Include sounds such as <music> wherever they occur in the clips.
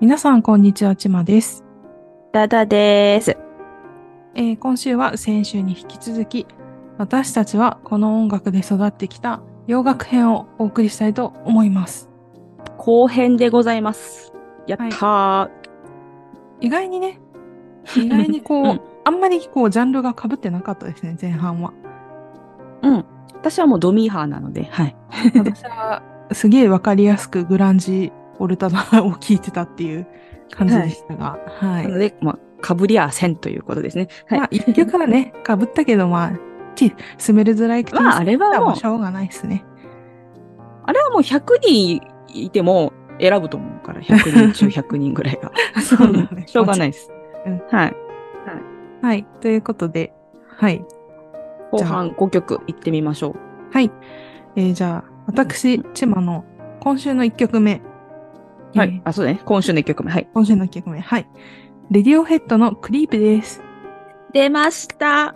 皆さん、こんにちは、ちまです。ダダです。えー今週は先週に引き続き、私たちはこの音楽で育ってきた洋楽編をお送りしたいと思います。後編でございます。やったー。意外にね、意外にこう、 <laughs> うんあんまりこう、ジャンルが被ってなかったですね、前半は。うん。私はもうドミーハーなので、はい。私は、すげえわかりやすくグランジ、オルタナを聞いてたっていう感じでしたが、はい。なので、まあ、かぶりはせんということですね。はい。まあ、一曲はね、被ったけど、まあ、 <laughs> ち、スメルズライクまあ、あれはもうし、ょうがないですね。あれはもう100人いても選ぶと思うから、100人中100人ぐらいが。 <laughs> そうだね <laughs> しょうがないです。うんはい。はい。ということで、はい。後じゃあ半5曲いってみましょう。はい。えーじゃあ、私、チマの今週の1曲目。はえーい。あ、そうだね。今週の1曲目。はい。今週の1曲目。はい。レディオヘッドのクリープです。出 <laughs> ました。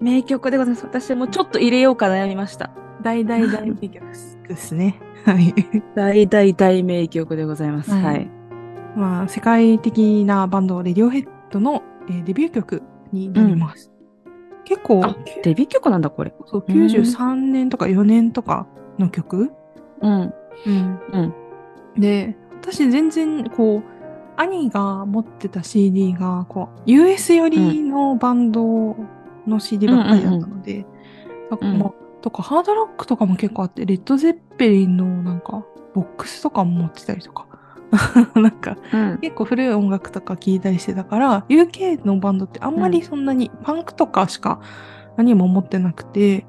名曲でございます。私もちょっと入れようか悩みました。大大大名曲です <laughs> ね。はい。大大大名曲でございます。はいはい。まあ、世界的なバンド、レディオヘッドの、えーデビュー曲になります。結構、あ、デビュー曲なんだ、これ。そう93年とか4年とかの曲、うん。うんうんで私全然こう兄が持ってた CD がこう US 寄りのバンドの CD ばっかりだったので、なんかうんまあとかハードロックとかも結構あってレッド・ゼッペリンのなんかボックスとかも持ってたりとか <laughs> なんかうん。結構古い音楽とか聴いたりしてたから UK のバンドってあんまりそんなにパンクとかしか何も持ってなくて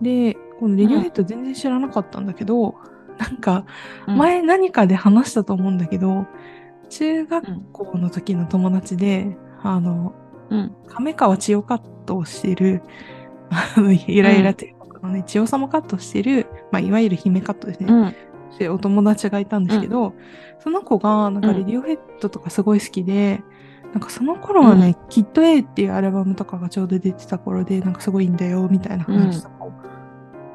でこの「レディオヘッド」全然知らなかったんだけど、なんか前何かで話したと思うんだけど、中学校の時の友達であのうん。亀川千代カットをしてる <laughs> あのゆらゆら帝国のね、千代様カットしてる、まあ、いわゆる姫カットですね、うん。ってお友達がいたんですけど、その子がなんかうんレディオヘッドとかすごい好きで、なんかその頃はね、キッド A っていうアルバムとかがちょうど出てた頃で、なんかすごいいいんだよみたいな話とかを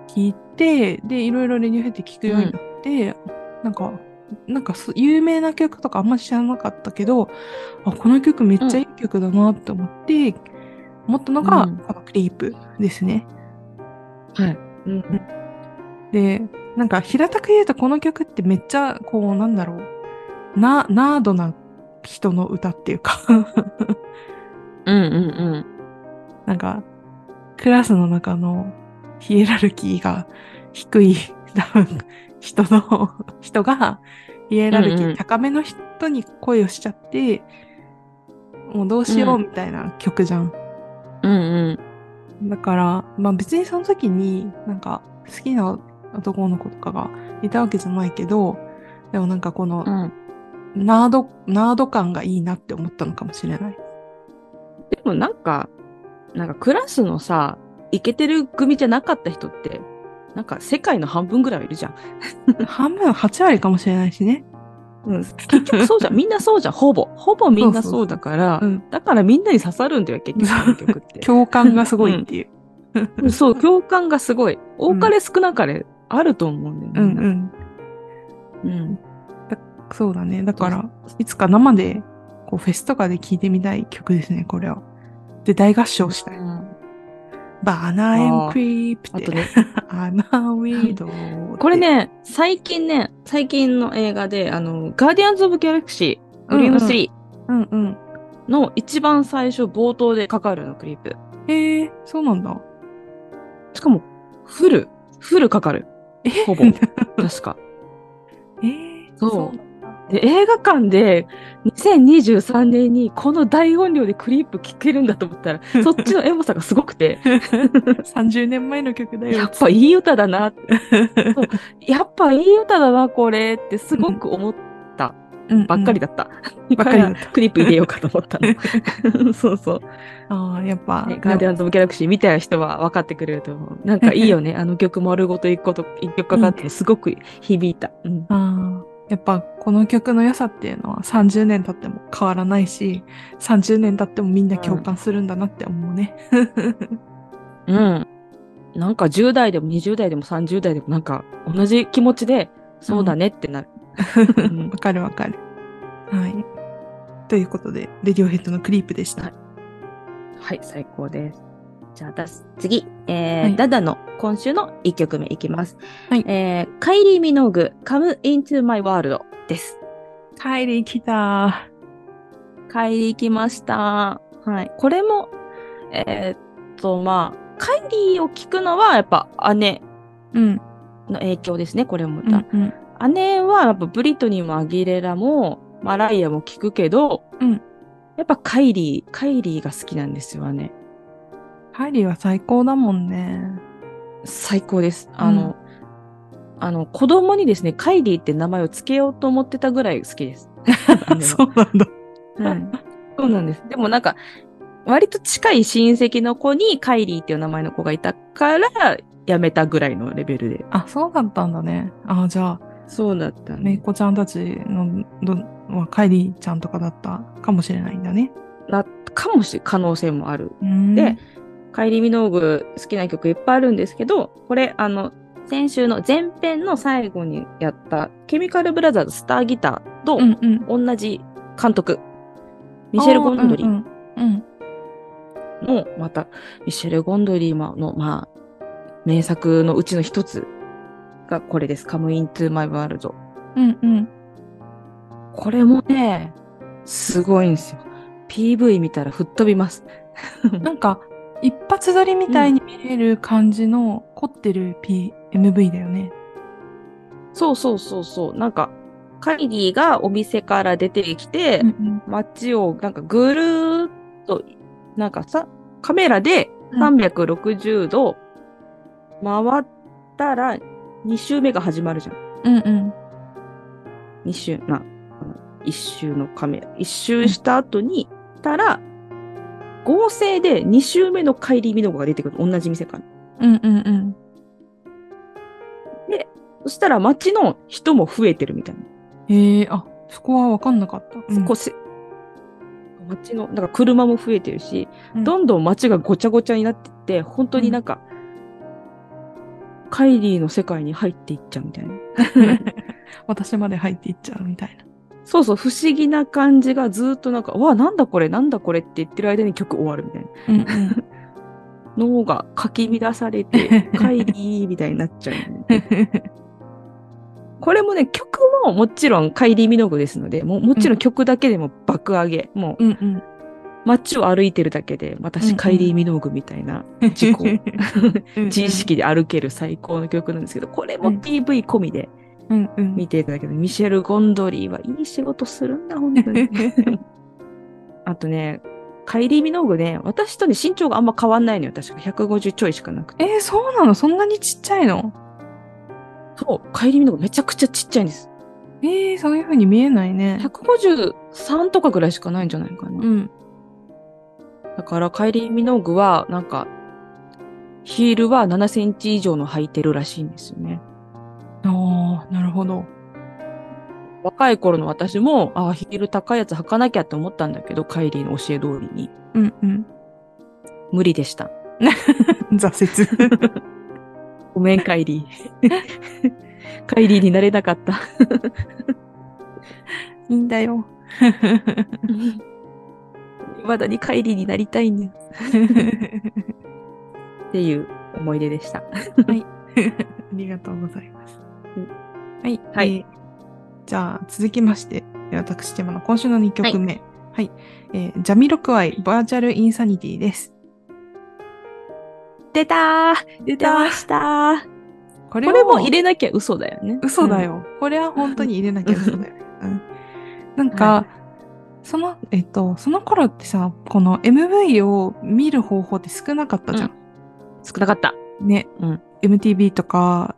聞いて、で、いろいろレディオヘッド聞くようになって、なんか、なんかそ有名な曲とかあんま知らなかったけど、あ、この曲めっちゃいい曲だなって思って、思ったのが、うんこのクリープですね。はい。うん。で、なんか平たく言うとこの曲ってめっちゃこうなんだろう。な、ナードな人の歌っていうか <laughs> うん。うん。なんかクラスの中のヒエラルキーが低い <laughs> 多分人の、人がヒエラルキうんうーん高めの人に恋をしちゃって、もうどうしようみたいな曲じゃん。うん。うん。だから、まあ別にその時になんか好きな男の子とかがいたわけじゃないけど、でもなんかこのうん。ナード、ナード感がいいなって思ったのかもしれ <laughs> ない。でもなんか、なんかクラスのさ、イケてる組じゃなかった人って、なんか世界の半分ぐらいはいるじゃん。半分、8割かもしれないしね。うん。結局そうじゃん。みんなそうじゃ <laughs> ん。ほぼ。ほぼみんなそうだから、うん。だからみんなに刺さるんだよ、結局こ <laughs> の曲って。共感がすごいっていう。うんそう、共感がすごい。多かれ少なかれあると <laughs> 思うんだよね。うんうん。うん。そうだね。だかそら、いつか生で、こうフェスとかで聴いてみたい曲ですね、これは。で、大合唱したい。バナーエンクリープあってと。ね、アナーウィード。これ、ね、最近ね、最近の映画で、あの、ガーディアンズ・オブ・ギャラクシー、うんグうんリームう3んうん。の一番最初、冒頭でかかるの、クリープ。へえ、そうなんだ。しかも、フル、フルかかる。えほぼ。確か。えー、そうなんだで、映画館で、2023年にこの大音量でクリープ聴けるんだと <laughs> 思ったら、そっちのエモさがすごくて、 30年前の曲だやよっ。ぱいい歌だ <laughs> なって、そうやっぱいい歌だな、これってすごく思ったばっかりだ。だった。ばっかりだったからクリップ入れようかと思った <laughs> の。そうそう。ああ、やっぱ。ねガーディアンズ・オブ・ギャラクシー見た人は分かってくれると思う。なんかいいよ <laughs> ね。あの曲丸ごと一個と、一曲かかってすごく響いた。うん。ああ、やっぱこの曲の良さっていうのは30年経っても変わらないし、30年経ってもみんな共感するんだなって思うね。うん。なんか10代でも20代でも30代でもなんか同じ気持ちで、そうだねってなる。 <laughs> わかるわかる。はい。ということで、レディオヘッドのクリープでした。はいはい、最高です。じゃあ、私、次、えーはいダダの今週の1曲目いきます。はいえーカイリー・ミノーグ、Come Into My World です。帰り来た。カイリー来ました。はい。これも、えーっと、まあ、カイリーを聞くのは、やっぱ姉うん。の影響ですね、これもうんまた。うん姉は、やっぱブリトニーもアギレラも、マライアも聞くけど、うんやっぱカイリー、カイリーが好きなんですよ、姉。ハイリーは最高だもんね。最高です。あの、あの、子供にですね、カイリーって名前を付けようと思ってたぐらい好 <laughs> きです。うなんだ。はいそうなんです。でもなんか、割と近い親戚の子にカイリーっていう名前の子がいたから、やめたぐらいのレベルで。あ、そうだったんだね。あ、じゃあ、そうだっためいね。こちゃんたちの、ど、はカイリーちゃんとかだったかもしれないんだね。な、かもしれ可能性もある。うーんで、カイリー・ミノーグ好きな曲いっぱいあるんですけど、これ、あの、先週の前編の最後にやった、ケミカル・ブラザーズ・スター・ギターうとんうん。同じ監督、ミシェル・ゴンドリあーうーんうん。の、また、ミシェル・ゴンドリーの、まあ、名作のうちの一つがこれです。Come into my world。うんうん。うんこれもね、すごいんですよ。PV 見たら吹っ飛びます。うんなんか、一発撮りみたいに見える感じの凝ってる P、MV だよね。そうそうそうそう。なんか、カイリーがお店から出てきて、街をなんかぐるーっと、なんかさ、カメラでうん360度回ったら2周目が始まるじゃうん。んうん。 2周、まあ、あの一周のカメラ。一周した後に、たら、合成で2周目の帰りミノコが出てくる。同じ店から。うんうんうん。そしたら街の人も増えてるみたいな。ええあ、そこは分かんなかった。うんこうせ街の、なんか車も増えてるし、うんどんどん街がごちゃごちゃになってって、本当になんか、カイリーの世界に入っていっちゃうみたいな。私まで入っていっちゃうみたいな。そうそう、不思議な感じがずーっとなんか、うわ、なんだこれ、なんだこれって言ってる間に曲終わるみたいな。うんうん。脳がかき乱さ <laughs> れて、カイリーみたいになっちゃう、これもね、曲ももちろんカイリー・ミノグですので、もうもちろん曲だけでも爆上げ。もううんうん。街を歩いてるだけで、うんう私んカイリー・ミノグみたいな <laughs> 自己、うんうん自意。識で歩ける最高の曲なんですけど、これもうん PV 込みでうんうん。見ていただけど、ミシェル・ゴンドリーはいい仕事するんだ、本 <laughs> 当に。あとね、カイリー・ミノーグね、私とね、身長があんま変わんないのよ。確か150ちょいしかなくて。えー、そうなのそんなにちっちゃいのそう、カイリー・ミノーグめちゃくちゃちっちゃいんです。えー、そういう風に見えないね。 153とかぐらいしかないんじゃないかな。うん。だから、カイリー・ミノーグは、なんか、ヒールは7センチ以上の履いてるらしいんですよね。ああ、なるほど。若い頃の私も、ああ、ヒール高いやつ履かなきゃって思ったんだけど、カイリーの教え通りに。うんうん。無理でした。 <laughs> 挫折。ごめん、カイ <laughs> リー。カイリーになれなかった。 <laughs> いいんだ <laughs> よ。まだにカイリーになりたいんだよ。っていう思い出でし <laughs> た。ありがとうございますうん。はい。はいえーじゃあ、続きまして、私、テマの今週の2曲目。はい、えージャミロクワイ、バーチャルインサニティです。出たー出たーましたーこれこをれも入れなきゃ嘘だよね。嘘だよ。これは本当に入れなきゃ嘘 <laughs> だよ。うん、なんか、はその、えっと、その頃ってさ、この MV を見る方法って少なかったじゃん。うん。少なかった。ね、うん MTV とか、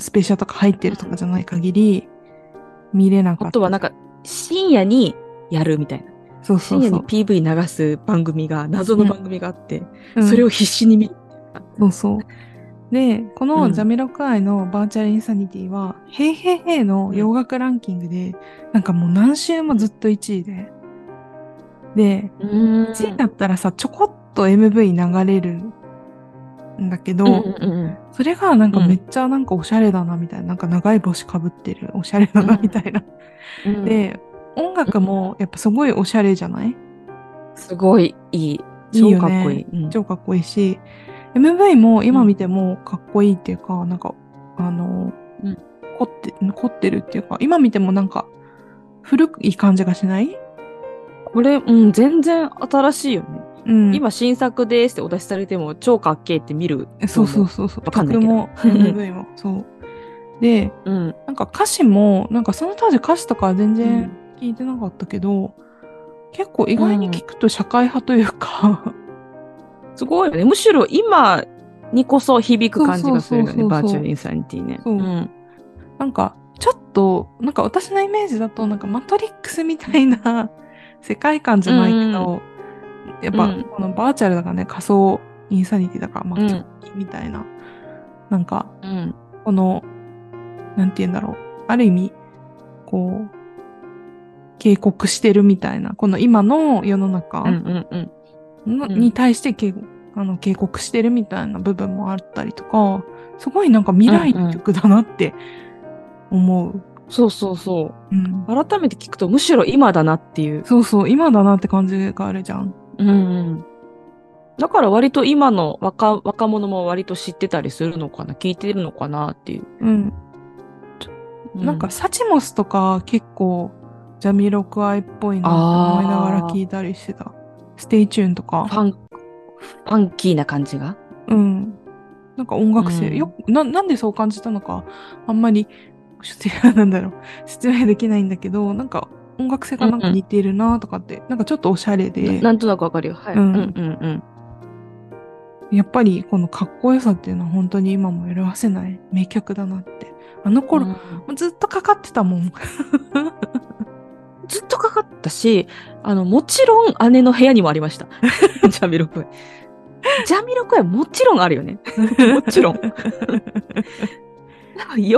スペシャルとか入ってるとかじゃない限り、見れなかった。あとはなんか、深夜にやるみたいな。そうそ深う夜そにう PV 流す番組が、謎の番組があって、うん。それを必死に見る。そうそう。で、こうのんジャミロクアイのバーチャルインサニティは、ヘイヘイヘイの洋楽ランキングで、なんかもう何週もずっと1位で。で、うーん1位だったらさ、ちょこっと MV 流れるんだけど、うんうんうんうんそれがなんかうんめっちゃなんかおしゃれだなみたいな、なんか長い帽子かぶってるおしゃれだなみたいな。うん、で、音楽もやっぱすごいおしゃれじゃないすごいいい。いいよね超かっこいい。うん超かっこいいし、MV も今見てもかっこいいっていうか、なんか、あの、うん凝って、凝ってるっていうか、今見てもなんか、古い感じがしないこれ、うん、全然新しいよね。うん。、今新作ですってお出しされても超かっけえって見る。そうそうそうそう。わかんないけど曲も MV <laughs> も、そう。で、う。うん。なんか歌詞も、なんかその当時歌詞とかは全う然ん聞いてなかったけど、結構意外に聞くと社会派というか、すごいよね。むしろ今にこそ響く感じがするよそうそうそうね。そうバーチャルインサニティね。。そうんなんか、ちょっと、なんか私のイメージだと、なんかマトリックスみたいな <laughs> 世界観じゃないけど、やっぱ、うんこのバーチャルだからね、仮想インサニティだから、まあ、うん狂気みたいな、なんか、うん。この、なんて言うんだろう、ある意味、こう、警告してるみたいな、この今の世の中うんうんうん。のうんに対して警あの警告してるみたいな部分もあったりとか、すごいなんか未来の曲だなって思う。そうそうそうう。ん改めて聞くとむしろ今だなっていう。そうそう、今だなって感じがあるじゃん。うんうん。だから割と今の若若者も割と知ってたりするのかな聞いてるのかなっていう。うん。うなんか、サチモスとか結構、ジャミロクワイっぽいなって思いながら聞いたりしてた。ステイチューンとフか。ァン、ファンキーな感じがうん。なんか音楽性、うんよくな、なんでそう感じたのか、あんまり、 <laughs> せなんだろう、説明できないんだけど、なんか音楽性がなんか似てるなとかって、なんかちょっとおしゃれで、なんとなくわかるよ。はい。ううんんうんうん。やっぱりこのかっこよさっていうのは本当に今も色褪せない名曲だなって。あの頃、うんずっとかかってたもん。ずっとかかったし、あの、もちろん姉の部屋にもありま <laughs> した。ジャミロクワイ。ジャミロクワイもちろんあるよ <laughs> ね。もちろん。多分40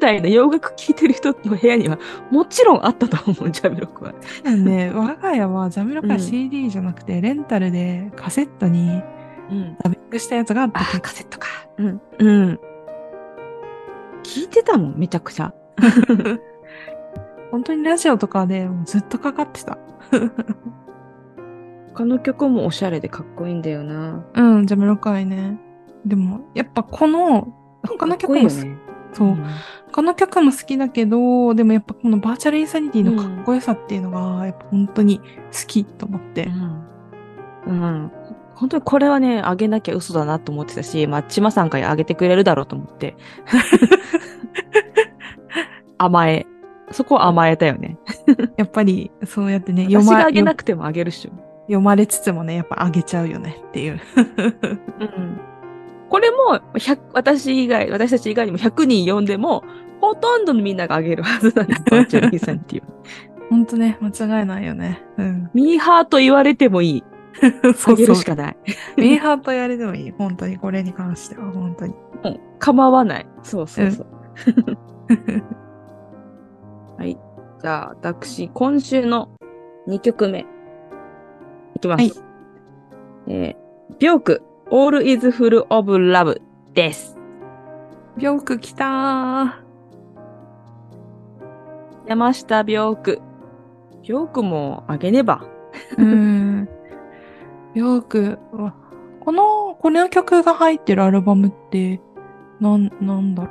代の洋楽聴いてる人の部屋にはもちろんあったと思う、ジャミロクワイ。ね、我が家はジャミロカうイん CD じゃなくて、レンタルでカセットにうん。ダビングしたやつがあっあた。ー、カセットか。うん。うん。聞いてたもん、めちゃくちゃ。本当にラジオとかでもうずっとかかってた。他の曲もおしゃれでかっこいいんだよな。うん、ジャミロカイね。でも、やっぱこの、他の曲もかっこいいよすね。そう、他の曲も好きだけど、でもやっぱこのバーチャルインサニティのかっこよさっていうのが、やっぱ本当に好きと思って。うん。うん。本当にこれはね、あげなきゃ嘘だなと思ってたし、まあ、ちまさんからあげてくれるだろうと思って。 <laughs> 甘え。そこは甘えたよね。やっぱり、そうやってね、私読まがあげな読くてもあげるっしょ。読まれつつもね、やっぱあげちゃうよねっていう。うん。これも、100私以外、私たち以外にも100人呼んでも、ほとんどのみんながあげるはずなんです。 <laughs> バーチャル兄さんっていう。ほんとね、間違いないよね。 <laughs> うん。ミーハーと言われてもいい。そあうげそるうし。かない。 <laughs> ミーハーとやれでもいい。本当に、これに関しては、本当に。うん構わない。そうそうそう。はい。じゃあ、私、今週の2曲目。いきます。はいえー、ビョーク、All is full of love です。ビョーク来たー。山下ビョーク。ビョークもあげねば。うん。ビョークは、この、この曲が入ってるアルバムって、なん、なんだろ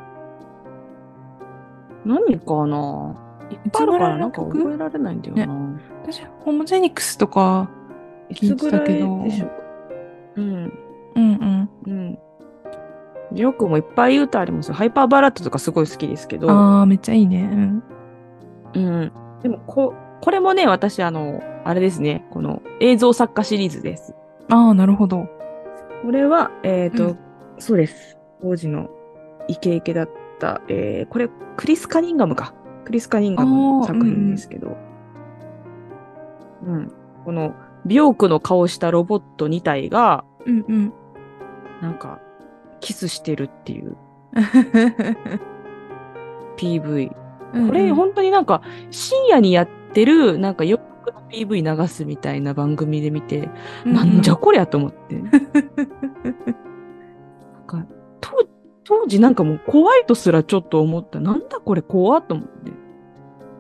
何かないっぱいあるからなんかいつぐらいの曲覚えられないんだよな。う。私、ホモジェニクスとか、い聞ついてぐたらけいどでしょうか。うん。うんうん。うん。よくもいっぱい歌ありますよ。ハイパーバラッドとかすごい好きですけど。あー、めっちゃいいね。うん。うん。でもこ、これもね、私、あの、あれですね、この映像作家シリーズです。あー、なるほど。これは、えっ、と、うんそうです。当時のイケイケだった、えー、これ、クリス・カニンガムか。クリス・カニンガムの作品ですけど。うん、この、ビョークの顔したロボット2体が、うんうん。なんか、キスしてるっていう PV。こうれ、んうん本当になんか、深夜にやってる、なんか、洋楽の PV 流すみたいな番組で見て、なんじゃこりゃと思 <laughs> って。なんか当当時なんかもう怖いとすらちょっと思った。なんだこれ怖っと思って。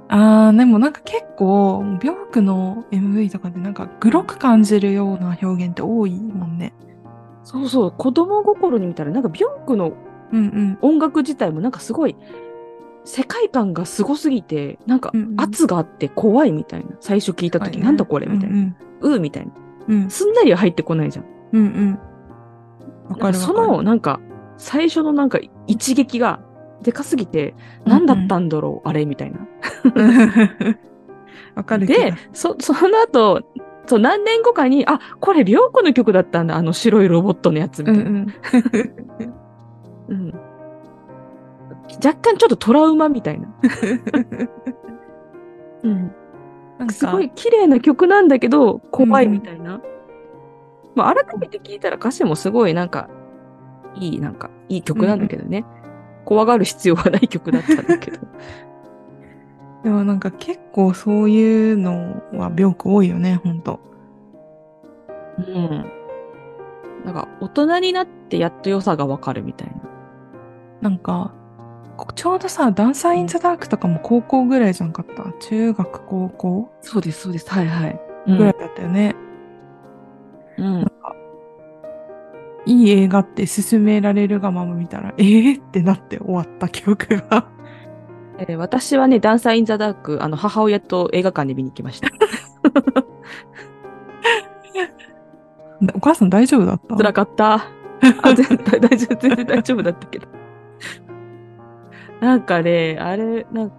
ああーでもなんか結構ビョークの MV とかでなんかグロく感じるような表現って多いもんね。そうそう、子供心に見たら、なんかビョンクのうんうん。音楽自体もなんかすごい、世界観がすごすぎて、なんかうんうん圧があって怖いみたいな。最初聞いた時、なんだこれみたいな。な。うーみたいな。うんすんなりは入ってこないじゃん。うんうんうん。わかなんかるわそかる。の、なんか、最初のなんか一撃がでかすぎて、何だったんだろう、あれみたいな。わかる気がで、そ、 <laughs> その後、そう何年後かに、あ、これ、りょうこの曲だったんだ、あの白いロボットのやつみうたいんな。うん。うん若干ちょっとトラウマみたいな。うん、なんかすごい綺麗な曲なんだけど、怖いみたいな。まあ、改めて聞いたら歌詞もすごいなんか、いい、なんか、いい曲なんだけどね。怖がる必要はない曲だったんだけど。でもなんか結構そういうのは病気多いよね、ほんと。うん。 <laughs> なんか、大人になってやっと良さがわかるみたいなな。んか、こちょうどさ、ダンサーインザダークとかも高校ぐらいじゃんかった。中学、高校そうです、そうです。はいはい。ぐらいだったよね。うん。いい映画って勧められるがまま見たら、えー、ってなって終わった記憶が。 <laughs> えー私はね、ダンサーインザダーク、あの、母親と映画館で見に行きました。お母さん大丈夫だった辛か <laughs> った。あ、全然大丈夫、全然大丈夫だったけど。なんかね、あれ、なんか、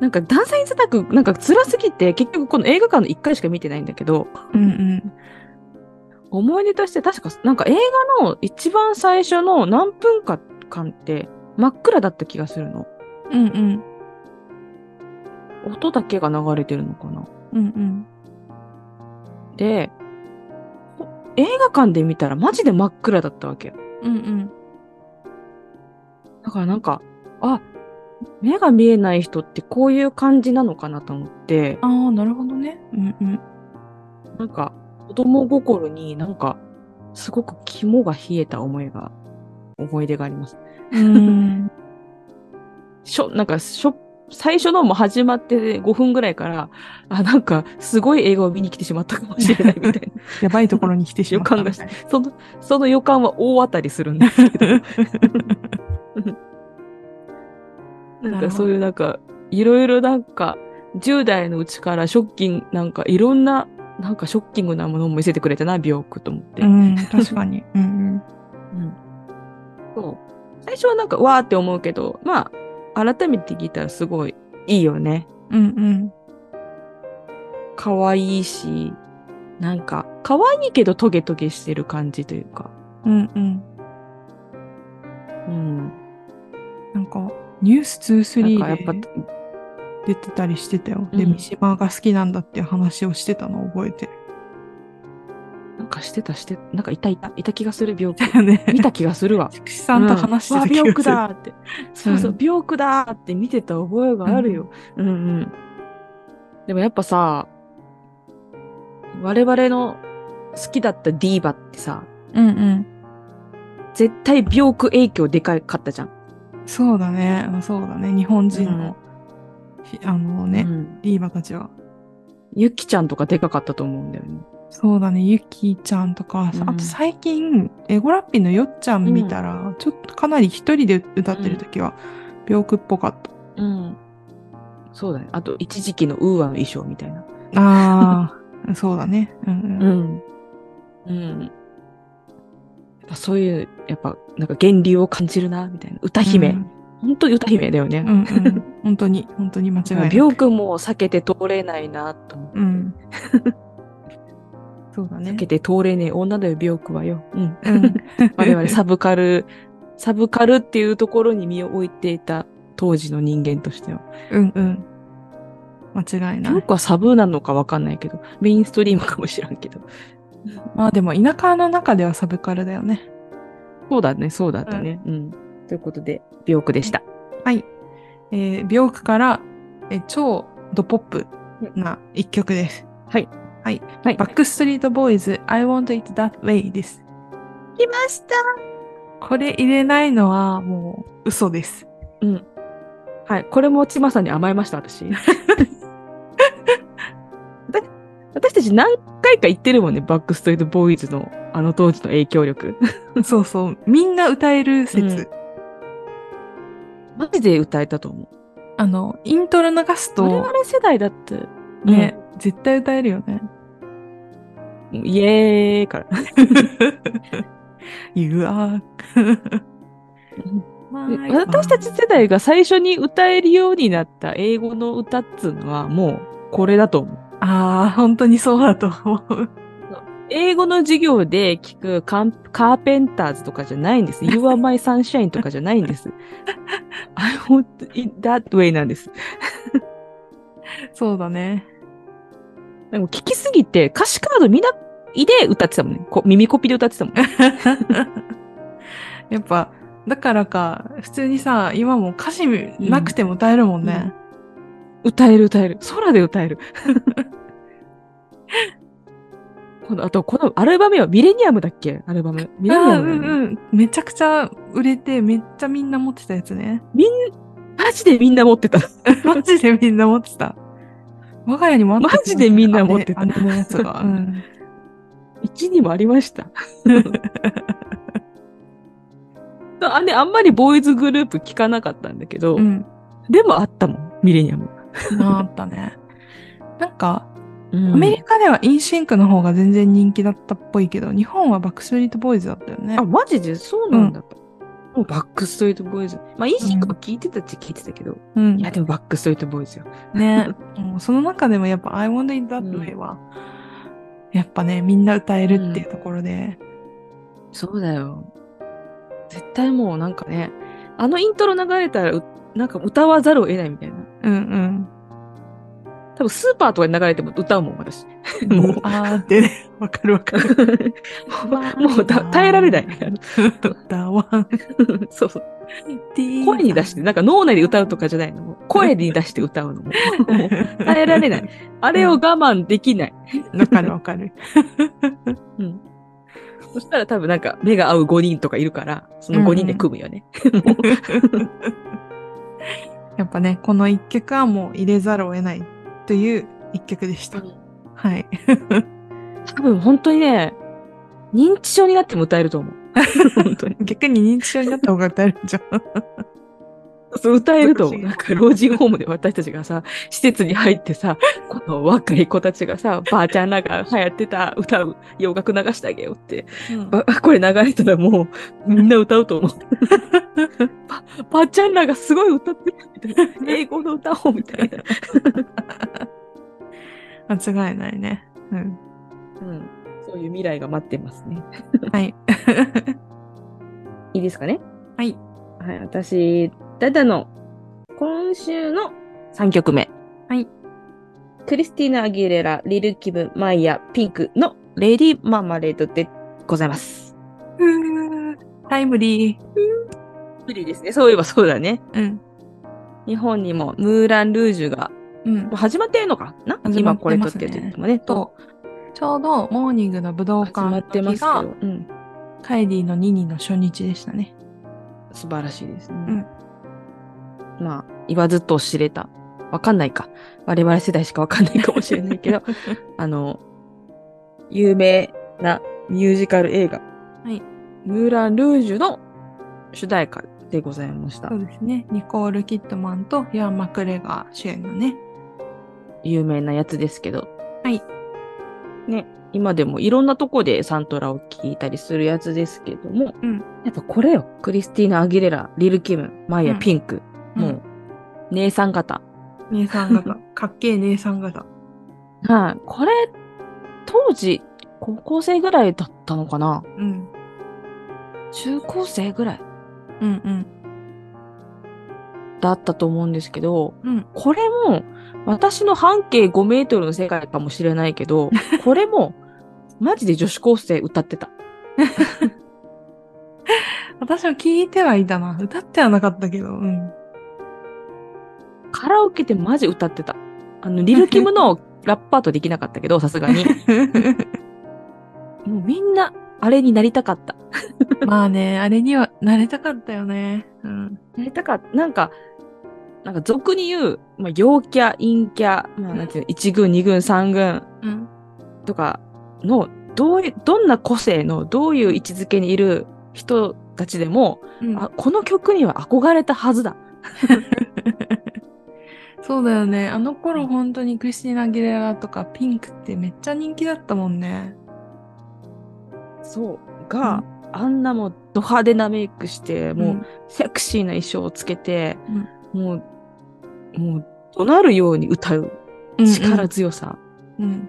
なんか、ダンサーインザダーク、なんか辛すぎて、結局この映画館の1回しか見てないんだけど、うんうん。思い出として確か、なんか映画の一番最初の何分間って真っ暗だった気がするの。うんうん。音だけが流れてるのかな。うんうん。で、ほ映画館で見たらマジで真っ暗だったわけよ。うんうん。だからなんか、あ、目が見えない人ってこういう感じなのかなと思って、ああ、なるほどね。うんうん。なんか子供心になんかすごく肝が冷えた思いが、思い出があります。うーん。しょ、なんかしょ、最初のも始まって5分ぐらいから、あ、なんかすごい映画を見に来てしまったかもしれないみたいな。やばいところに来てしまったみたいな。予その、その予感は大当たりするんです <laughs> けど。なんかそういうなんか、いろいろなんか、10代のうちからショッキング、なんかいろんな、なんかショッキングなものを見せてくれたな、ビョークと思って。うん、確かに。うんうんそう。最初はなんか、わーって思うけど、まあ、改めて聞いたらすごいいいよね。うん。うんうん。可愛いし、なんか、可愛いけどトゲトゲしてる感じというか。うんうん。うん。なんか、ニュースなんかやっ23ぱ、で出てたりしてたよ。で、うん三島が好きなんだっていう話をしてたのを覚えてなんかしてたして、なんかいたいた、いた気がする、病気。る。 <laughs> ね。見た気がするわ。筑紫さんと話してた気うんわあ、病が気する。だーって。そうそうう、ん病気だーって見てた覚えがあるよ。うん、うん、でもやっぱさ、我々の好きだったディーバってさ、うんうん。絶対病気影響でかかったじゃん。そうだね。まあそうだね。日本人の、ひあのね、うんリーバたちは。ゆきちゃんとかでかかったと思うんだよね。そうだね。ゆきちゃんとか、うんあと最近、エゴラッピーのよっちゃん見たら、ちょっとかなり一人で歌ってる時は、病気っぽかっ <laughs> た。うん。そうだね。あと、一時期のウーアの衣装みたいな。ああ、そうだね。うんうん。ん。うん。やっぱそういう、やっぱ、なんか源流を感じるな、みたいな。歌姫。うん本当に歌姫だよね。うんうん、本当に、本当に間違いない。ビョークも避けて通れないな、と思って。うん。そうだね避。けて通れねえ女だよ、ビョークはよ。うん。うん、 <laughs> 我々サブカル、サブカルっていうところに身を置いていた当時の人間としては。うんうん。間違いビなョーい。クはサブなのかわかんないけど、メインストリームかもしらんけど。まあでも田舎の中ではサブカルだよね。そうだね、そうだったね。うん。ということで、ビョークでした。はい。えー、病区から、えー超ドポップな一曲です。はい。はい。はいバックストリートボーイズ、I want it that way です。来ましたこれ入れないのはもう嘘です。 <laughs> うん。はい。これもちまさんに甘えました、 <laughs> 私。だ私たち何回か言ってるもんね、バックストリートボーイズのあの当時の影響力。そうそう。みんな歌える説。うんマジで歌えたと思う。あの、イントロ流す我と、々世代だって、ね、絶対歌えるよね。うん、イエーイから。 You are. <laughs> で私たち世代が最初に歌えるようになった英語の歌っつうのはもうこれだと思う。ああ、本当にそうだと思う。英語の授業で聞くカンカーペンターズとかじゃないんです。You are my sunshine とかじゃないん <laughs> です。I want it that way なんです。そうだね。でも聞きすぎて歌詞カード見ないで歌ってたもんね。こ耳コピで歌ってたもん。やっぱ、だからか、普通にさ、今も歌詞なくても歌えるもんね。 <laughs> 歌える歌える。空で歌える。 <laughs> このあと、このアルバムはミレニアムだっけアルバム。ミレニあアあうムだよんね、うん。めちゃくちゃ売れて、めっちゃみんな持ってたやつ <laughs> ね。マジでみんな持って <laughs> た。マジでみんな持ってた。我が家にもあった気がするマジでみんな持ってたあれあれのやつが。うん一にもありました。 <laughs> あね、あんまりボーイズグループ聞かなかったんだけど、うん。でもあったもん、ミレニアム。あったね。なんか、アアメリカではインシンクの方が全然人気だったっぽいけど、日本はバックストリートボーイズだったよねあ、。マジでそうなんだった。もうバックストリートボーイズ。まあ、インシンクも聞いてたっちゃ聞いてたけど、うんいや、でもバックストリートボーイズよ。ね。もうその中でもやっぱ I want it that way は、やっぱね、みんな歌えるっていうところで。そうだよ。絶対もうなんかね、あのイントロ流れたらう、なんか歌わざるを得ないみたいな。うん多分スーパーとかに流れても歌うもん、 <laughs> 私。うん。もうあーってね、わかるわかる。もうた耐えられない。だわん。そうそう。声に出して、なんか脳内で歌うとかじゃないの。もう声に出して歌うのも。 <laughs> もう耐えられない。あれを我慢できない。わかるわかる。うん。そしたら多分なんか目が合う5人とかいるから、その5人で組むよね。やっぱね、この一曲はもう入れざるを得ないという一曲でした。はい。多分本当にね、認知症になっても歌えると思う。本当に。逆に認知症になった方が歌えるんじゃん。そう歌えると思う。難なんか老人ホームで私たちがさ、施設に入ってさ、この若い子たちがさ、ばあちゃんらが流行ってた歌う、洋楽流してあげようって。ばこれ流れたらもう、みんな歌うと思う。ば、ばあちゃんらがすごい歌ってるみたいな。英語の歌をみたいな。 <laughs> 間違いないね。うん。うん。そういう未来が待ってますね。はい。いいですかねはい。はい、私、ダダの今週の3曲目。はい。クリスティーナ・アギレラ、リル・キブ、マイヤ、ピンクのレディ・マーマレードでございます。うータイムリー。無理ですね。そういえばそうだね。うん。日本にもムーラン・ルージュが、うんもう。始まってるのかな、始ま今ってますねこれ撮ってる時もね。と、と、ちょうどモーニングの武道始ま館ってのま日すけがど、うん。カイディのニニの初日でしたね。素晴らしいですね。んまあ、言わずと知れた。わかんないか。我々世代しかわかんないかもしれないけど、あの、有名なミュージカル映画、いムーラン・ルージュの主題歌でございましたそ。うですね。ニコール・キットマンとヤン・マクレガー主演のね。有名なやつですけど。はい。ね、今でもいろんなとこでサントラを聴いたりするやつですけども、うんやっぱこれよ。クリスティーナ・アギレラ、リル・キム、マイヤ・うんピンク、もう、姉さん方。うん。姉さん <laughs> 方。かっけえ姉さん方。はい。これ、当時、高校生ぐらいだったのかなうん。中高生ぐらいうんうん。だったと思うんですけど、うんこれも、私の半径5メートルの世界かもしれないけ <laughs> ど、これも、マジで女子高生歌ってた。私は聞いてはいたな。歌ってはなかったけど。うん。 <laughs> カラオケでマジ歌ってた。あの、リルキムのラッパーとできなかったけど、さすが <laughs> に。もうみんな、あれになりたかった。まあね、あれにはなれたかったよね。うん。なりたかった。なんか、なんか俗に言う、まあ、陽キャ、陰キャ、まあ、なんていうの、1軍、2軍、3軍うん。とかの、どういう、どんな個性の、どういう位置づけにいる人たちでも、うんあこの曲には憧れたはずだ。そうだよね。あの頃本当にクリスティーナ・アギレラとかピンクってめっちゃ人気だったもんね。そう。が、あんなもうド派手なメイクして、もううんセクシーな衣装をつけて、もう、もう怒鳴るように歌う力強さ。うん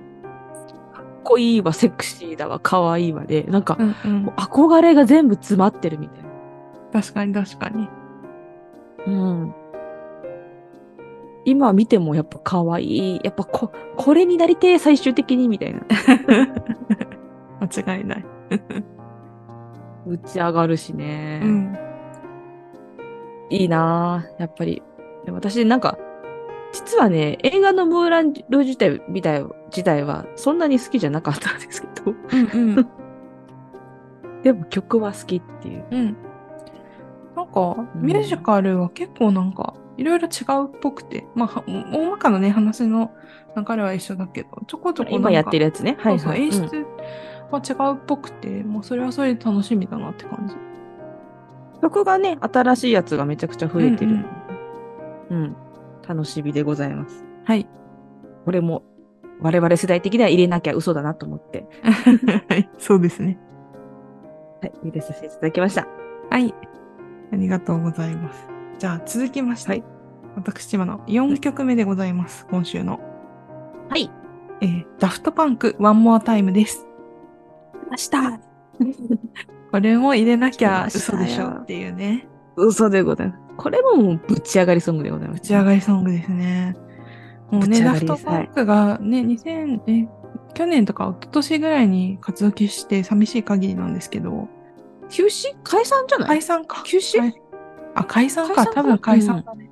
かっこいいわ、セクシーだわ、可愛いわで、なんかう、んうんもう憧れが全部詰まってるみたいな。確かに確かに。うん。今見てもやっぱ可愛い。やっぱこ、これになりてえ、最終的に、みたいな。 <laughs> 間違いない。打ち上がるしね。うん。いいなぁ、やっぱり。で私なんか、実はね、映画のムーラン・ルージュ自体みたい自体はそんなに好きじゃなかったんですけど、う <laughs> んうん。でも曲は好きっていう。うん。なんか、ミュージカルは結構なんか、いろいろ違うっぽくて、まあ、は大まかなね、話の流れは一緒だけど、ちょこちょこなんか今やってるやつね。はいそうそうはい。演うん出は違うっぽくて、もうそれはそれで楽しみだなって感じ。曲がね、新しいやつがめちゃくちゃ増えてる。うん、楽しみでございます。はい。これも、我々世代的には入れなきゃ嘘だなと思って、そうですね。はい、入れさせていただきました。はい。ありがとうございます。じゃあ続きまして、はい私今の4曲目でございます。今週の、はい。えーダフトパンクワンモアタイムです。明日これも入れなきゃ来まし嘘たよでしょっていうね。嘘でございます。これももうぶち上がりソングでございます。打ち上がりソングですね。もうぶちね、上ダがフりでトすパンクがね、2000、え、去年とか一昨年ぐらいに活動休止して寂しい限りなんですけど、休止解散じゃない解散か。休止、はいあ、解散か。解散か多分解散だね。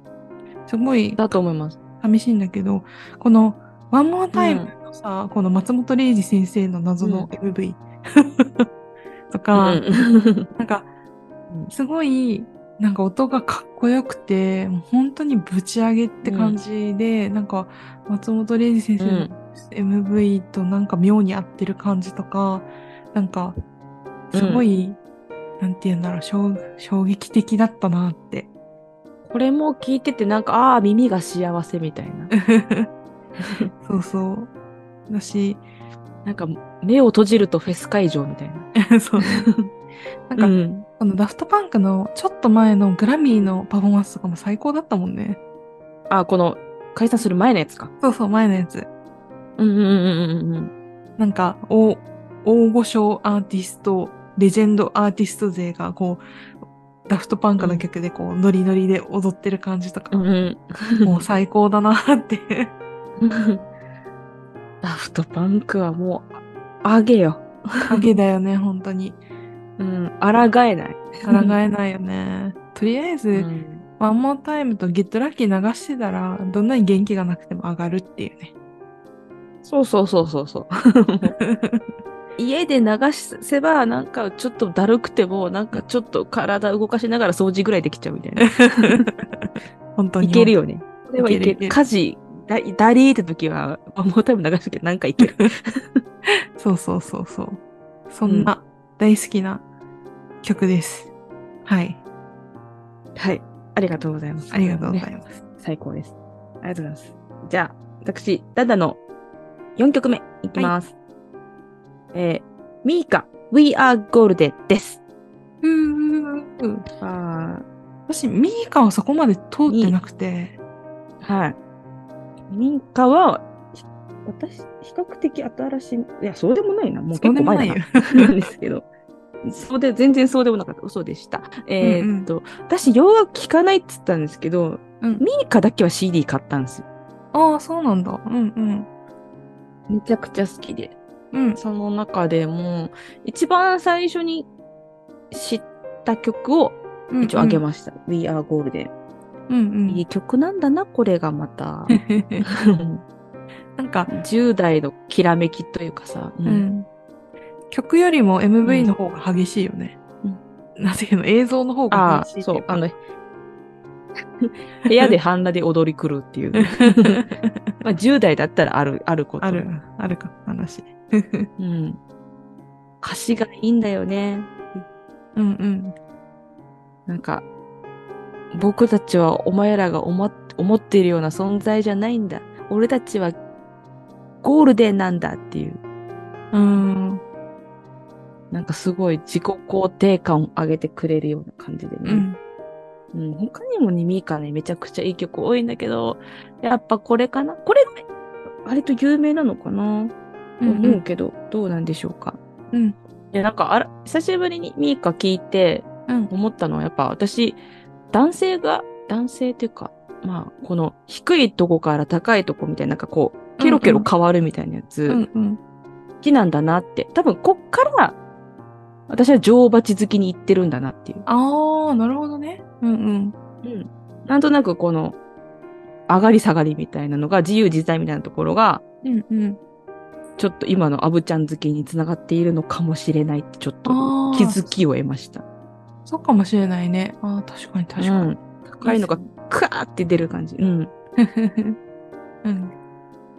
すごいだと思います。寂しいんだけど、この、ワンモアタイムのさ、この松本零士先生の謎の <laughs> MV、とか、うん <laughs> なんかう、んすごい、なんか音がかっこよくて、もう本当にぶち上げって感じで、なんか、松本零士先生の MV となんか妙に合ってる感じとか、なんか、すごい、なんて言うんだろう衝、衝撃的だったな <laughs> って。これも聞いててなんかああー耳が幸せみたいなそうそう。だし、 <laughs> なんか目を閉じるとフェス会場みたいなそう。なんか、なんか、このダフトパンクのちょっと前のグラミーのパフォーマンスとかも最高だったもんね。あーこの解散する前のやつかそうそう、前のやつ。うんうんうんうんうんなんか、大大御所アーティスト、レジェンドアーティスト勢が、こう、ダフトパンクの曲で、こう、ノリノリで踊ってる感じとか、うんもう最高だなって。 <laughs> うん <laughs> ダフトパンクはもうあげよ影だよね、本当に。うん抗えない抗えないよね。とりあえず、うんワンモータイムとゲットラッキー流してたら、どんなに元気がなくても上がるっていうね。そうそうそうそうそう <laughs> 家で流せばなんかちょっとだるくてもなんかちょっと体動かしながら掃除ぐらいできちゃうみたいな本当に。 <laughs> いけるよね。これはいけるけいける。る家事、だ、だりーって時は、ワンモータイム流してけどなんかいける。そうそうそうそう。そんな大好きな曲です。はい。 <laughs> はい。ありがとうございます。ありがとうござねいます。最高です。ありがとうございます。じゃあ、私、ダダの4曲目いきます。えー、ミーカ、We Are Golden です。うーんあ私、ミーカはそこまで通ってなくて、はい。ミーカは、ひ私、比較的新しい、いや、そうでもないな。もう結構前だな。 <laughs> なんですけど。そうで、全然そうでもなかった。嘘でした。えーっと、私、洋楽聴かないって言ったんですけど、うんミーカだけは CD 買ったんですよ。ああ、そうなんだ。うんうん。めちゃくちゃ好きで。うん。その中でも、一番最初に知った曲をうん一応あげました。We Are Golden。うんうん。いい曲なんだな、これがまた。 <laughs> <laughs> なんか、 10代のきらめきというかさ。ううんん。曲よりも MV の方が激しいよね。うんなぜけど、映像の方があ激しいあ、っていそうう、かあの、部屋で半裸で踊り狂うっていう。 <laughs> まあ、10代だったらある、あること。ある、あるか、話。うん。歌詞がいいんだよね。うんうん。なんか、僕たちはお前らが思っ思っているような存在じゃないんだ。俺たちはゴールデンなんだっていう。うん。なんかすごい自己肯定感を上げてくれるような感じでうね。ん。うん他にもね、ミーカね、めちゃくちゃいい曲多いんだけど、やっぱこれかなこれ、割と有名なのかなう思うんん。けど、どうなんでしょうか。うんいや、なんかあら、久しぶりにミーカ聞いてうん思ったのは、やっぱ私、男性が、男性っていうか、まあ、この低いとこから高いとこみたいな、なんかこう、ケロケロ変わるみたいなやつ、うんうん。好きなんだなって。多分、こっから、私は女王蜂好きに行ってるんだなっていう。ああ、なるほどね。うんうん。うん。なんとなくこの、上がり下がりみたいなのが、自由自在みたいなところが、うんうん。ちょっと今のアブちゃん好きにつながっているのかもしれないって、ちょっとあー気づきを得ました。そうかもしれないね。ああ、確かに確かうに。ん高いのがクワーって出る感じ。うん。うん。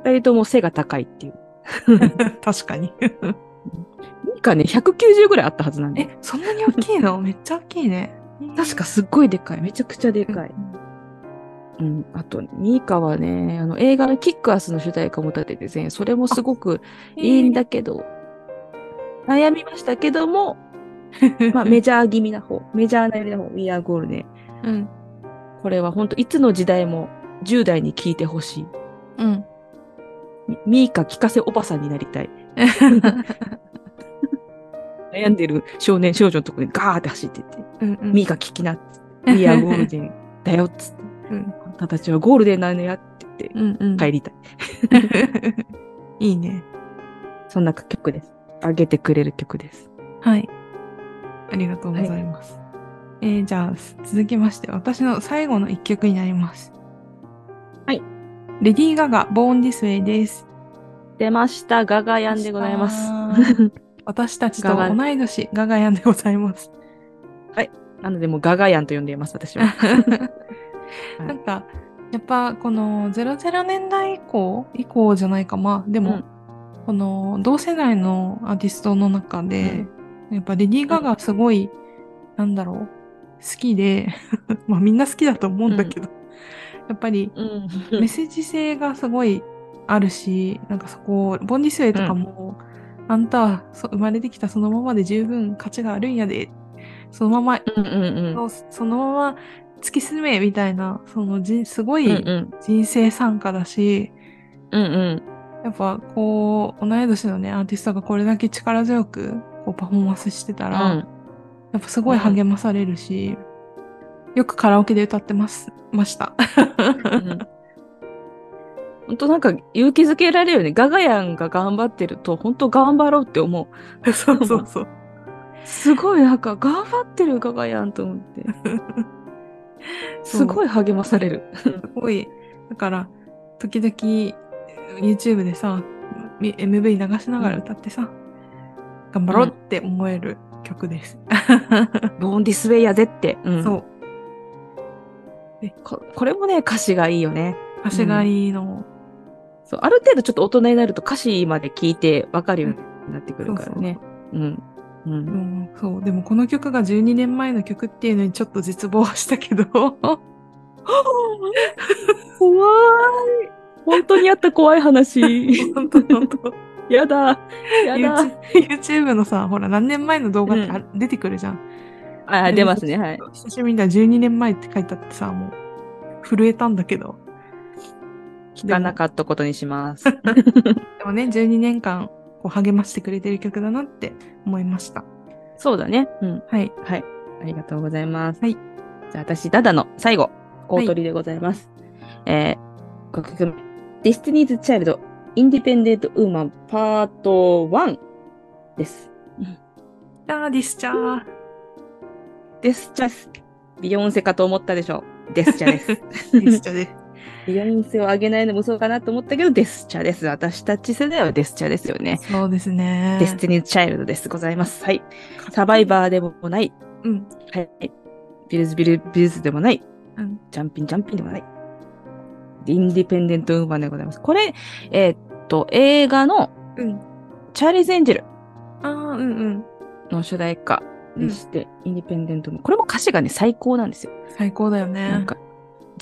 二人とも背が高いっていう。 <laughs> 確かに。ミカね、190ぐらいあったはずなんで。え、そんなに大きい <laughs> のめっちゃ大きいね。確かすっごいでかい。めちゃくちゃでかい。ううん。あと、ミカはね、あの、映画のキックアスの主題歌も立ててて、それもすごくん。いいんだけど、悩みましたけども、まあ、メジャー気味な方、メジャーなよりの方、We Are Gold ね。うん。これは本当いつの時代も10代に聴いてほしい。うん。ミミカ聴かせおばさんになり <laughs> たい。悩んでる少年少女のとこにガーって走ってって、うんうん。ミーが聞きなっつって、ミーはゴールデンだよっつって、うんあんたたちはゴールデンなのやって言って、うんうん。帰りたい。いいね。そんな曲です。あげてくれる曲です。はい。ありがとうございます。えーじゃあ、続きまして、私の最後の一曲になります。はい。レディー・ガガ、ボーン・ディス・ウェイです。出ました、ガガヤンでございます。 <laughs> 出私たちとガガ同い年、ガガヤンでございます。なので、もうガガヤンと呼んでいます、 <laughs> 私は。いなんかやっぱこの00年代以降以降じゃないかまあでも、うんこの同世代のアーティストの中で、やっぱレディー・ガガすごい、なんだろう好きで <laughs> まあみんな好きだと思うんだけど、やっぱりうん。メッセージ性がすごいあるしなんかそこボンディスウェイとかも、あんたはそ生まれてきたそのままで十分価値があるんやでそのままうんうんうん。のそのまま突き進めみたいなそのじすごうんい人生参加だし、うん。うんうん。やっぱこう同い年のねアーティストがこれだけ力強くこうパフォーマンスしてたら、うんやっぱすごい励まされるし、よくカラオケで歌ってますま <laughs> した。本当なんか勇気づけられるよね。ガガヤンが頑張ってると、本当頑張ろうって思う。そうそうそう。すごいなんか頑張ってるガガヤンと思って。すごい励まされる。すごいだから時々 YouTube でさみ MV 流しながら歌ってさ、頑張ろうって思える曲です。ボーンディスウェイやぜって。う <laughs> んそうこ。これもね、歌詞がいいよね。歌詞がいいの、そう。ある程度ちょっと大人になると歌詞まで聞いてわかるようになってくるからね。うん。うん。うんそうでもこの曲が12年前の曲っていうのにちょっと絶望はしたけど怖い。本当にあった怖い話。本当本当やだ。やだ。 YouTube YouTube のさほら何年前の動画ってある出てくるじゃんあ、出ますね。はい。久しぶりにだ12年前って書いてあってさもう震えたんだけど聞かなかったことにします。でもね12年間こう励ましてくれてる曲だなって思いましたそうだね。うん。はいはい。ありがとうございます。はいじゃあ、私、ダダの最後、大鳥でございます。えー、楽曲名、ディスティニーズ・チャイルド、インディペンデント・ウーマン、パート1です。 「ダーディスチャーです、チャス。ビヨンセかと思ったでしょう。です、チ <laughs> ャです。」ディスチャーですビヨンセをあげないのもそうかなと思ったけど、です、チャです。私たち世代はです、チャですよね。 <laughs> そうですねデスティニーズ・チャイルドです。ございます。はい。サバイバーでもない、うんはい。ビルズ・ビル、ビルズでもない、うんジャンピンジャンピンでもない。インディペンデントウーマンでございます。これ、えーっと、映画のうん。チャーリーズ・エンジェルああ、うんうん。の主題歌でして、インディペンデントウーマン。これも歌詞がね、最高なんですよ。最高だよね。なんか、